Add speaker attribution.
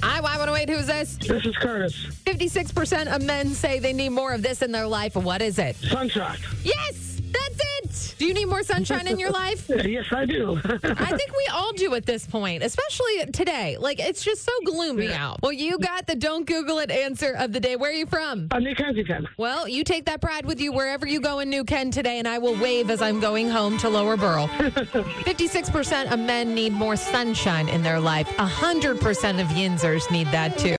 Speaker 1: Y108, who's this?
Speaker 2: This is Curtis.
Speaker 1: 56% of men say they need more of this in their life. What is it?
Speaker 2: Sunshine.
Speaker 1: Yes, that's it. Do you need more sunshine in your life?
Speaker 2: Yes, I do.
Speaker 1: I think we all do at this point, especially today. Like, it's just so gloomy out. Well, you got the don't Google it answer of the day. Where are you from?
Speaker 2: I'm New Kensington.
Speaker 1: Well, you take that pride with you wherever you go in New Ken today, and I will wave as I'm going home to Lower Borough. 56% of men need more sunshine in their life. 100% of Yinzers need that too.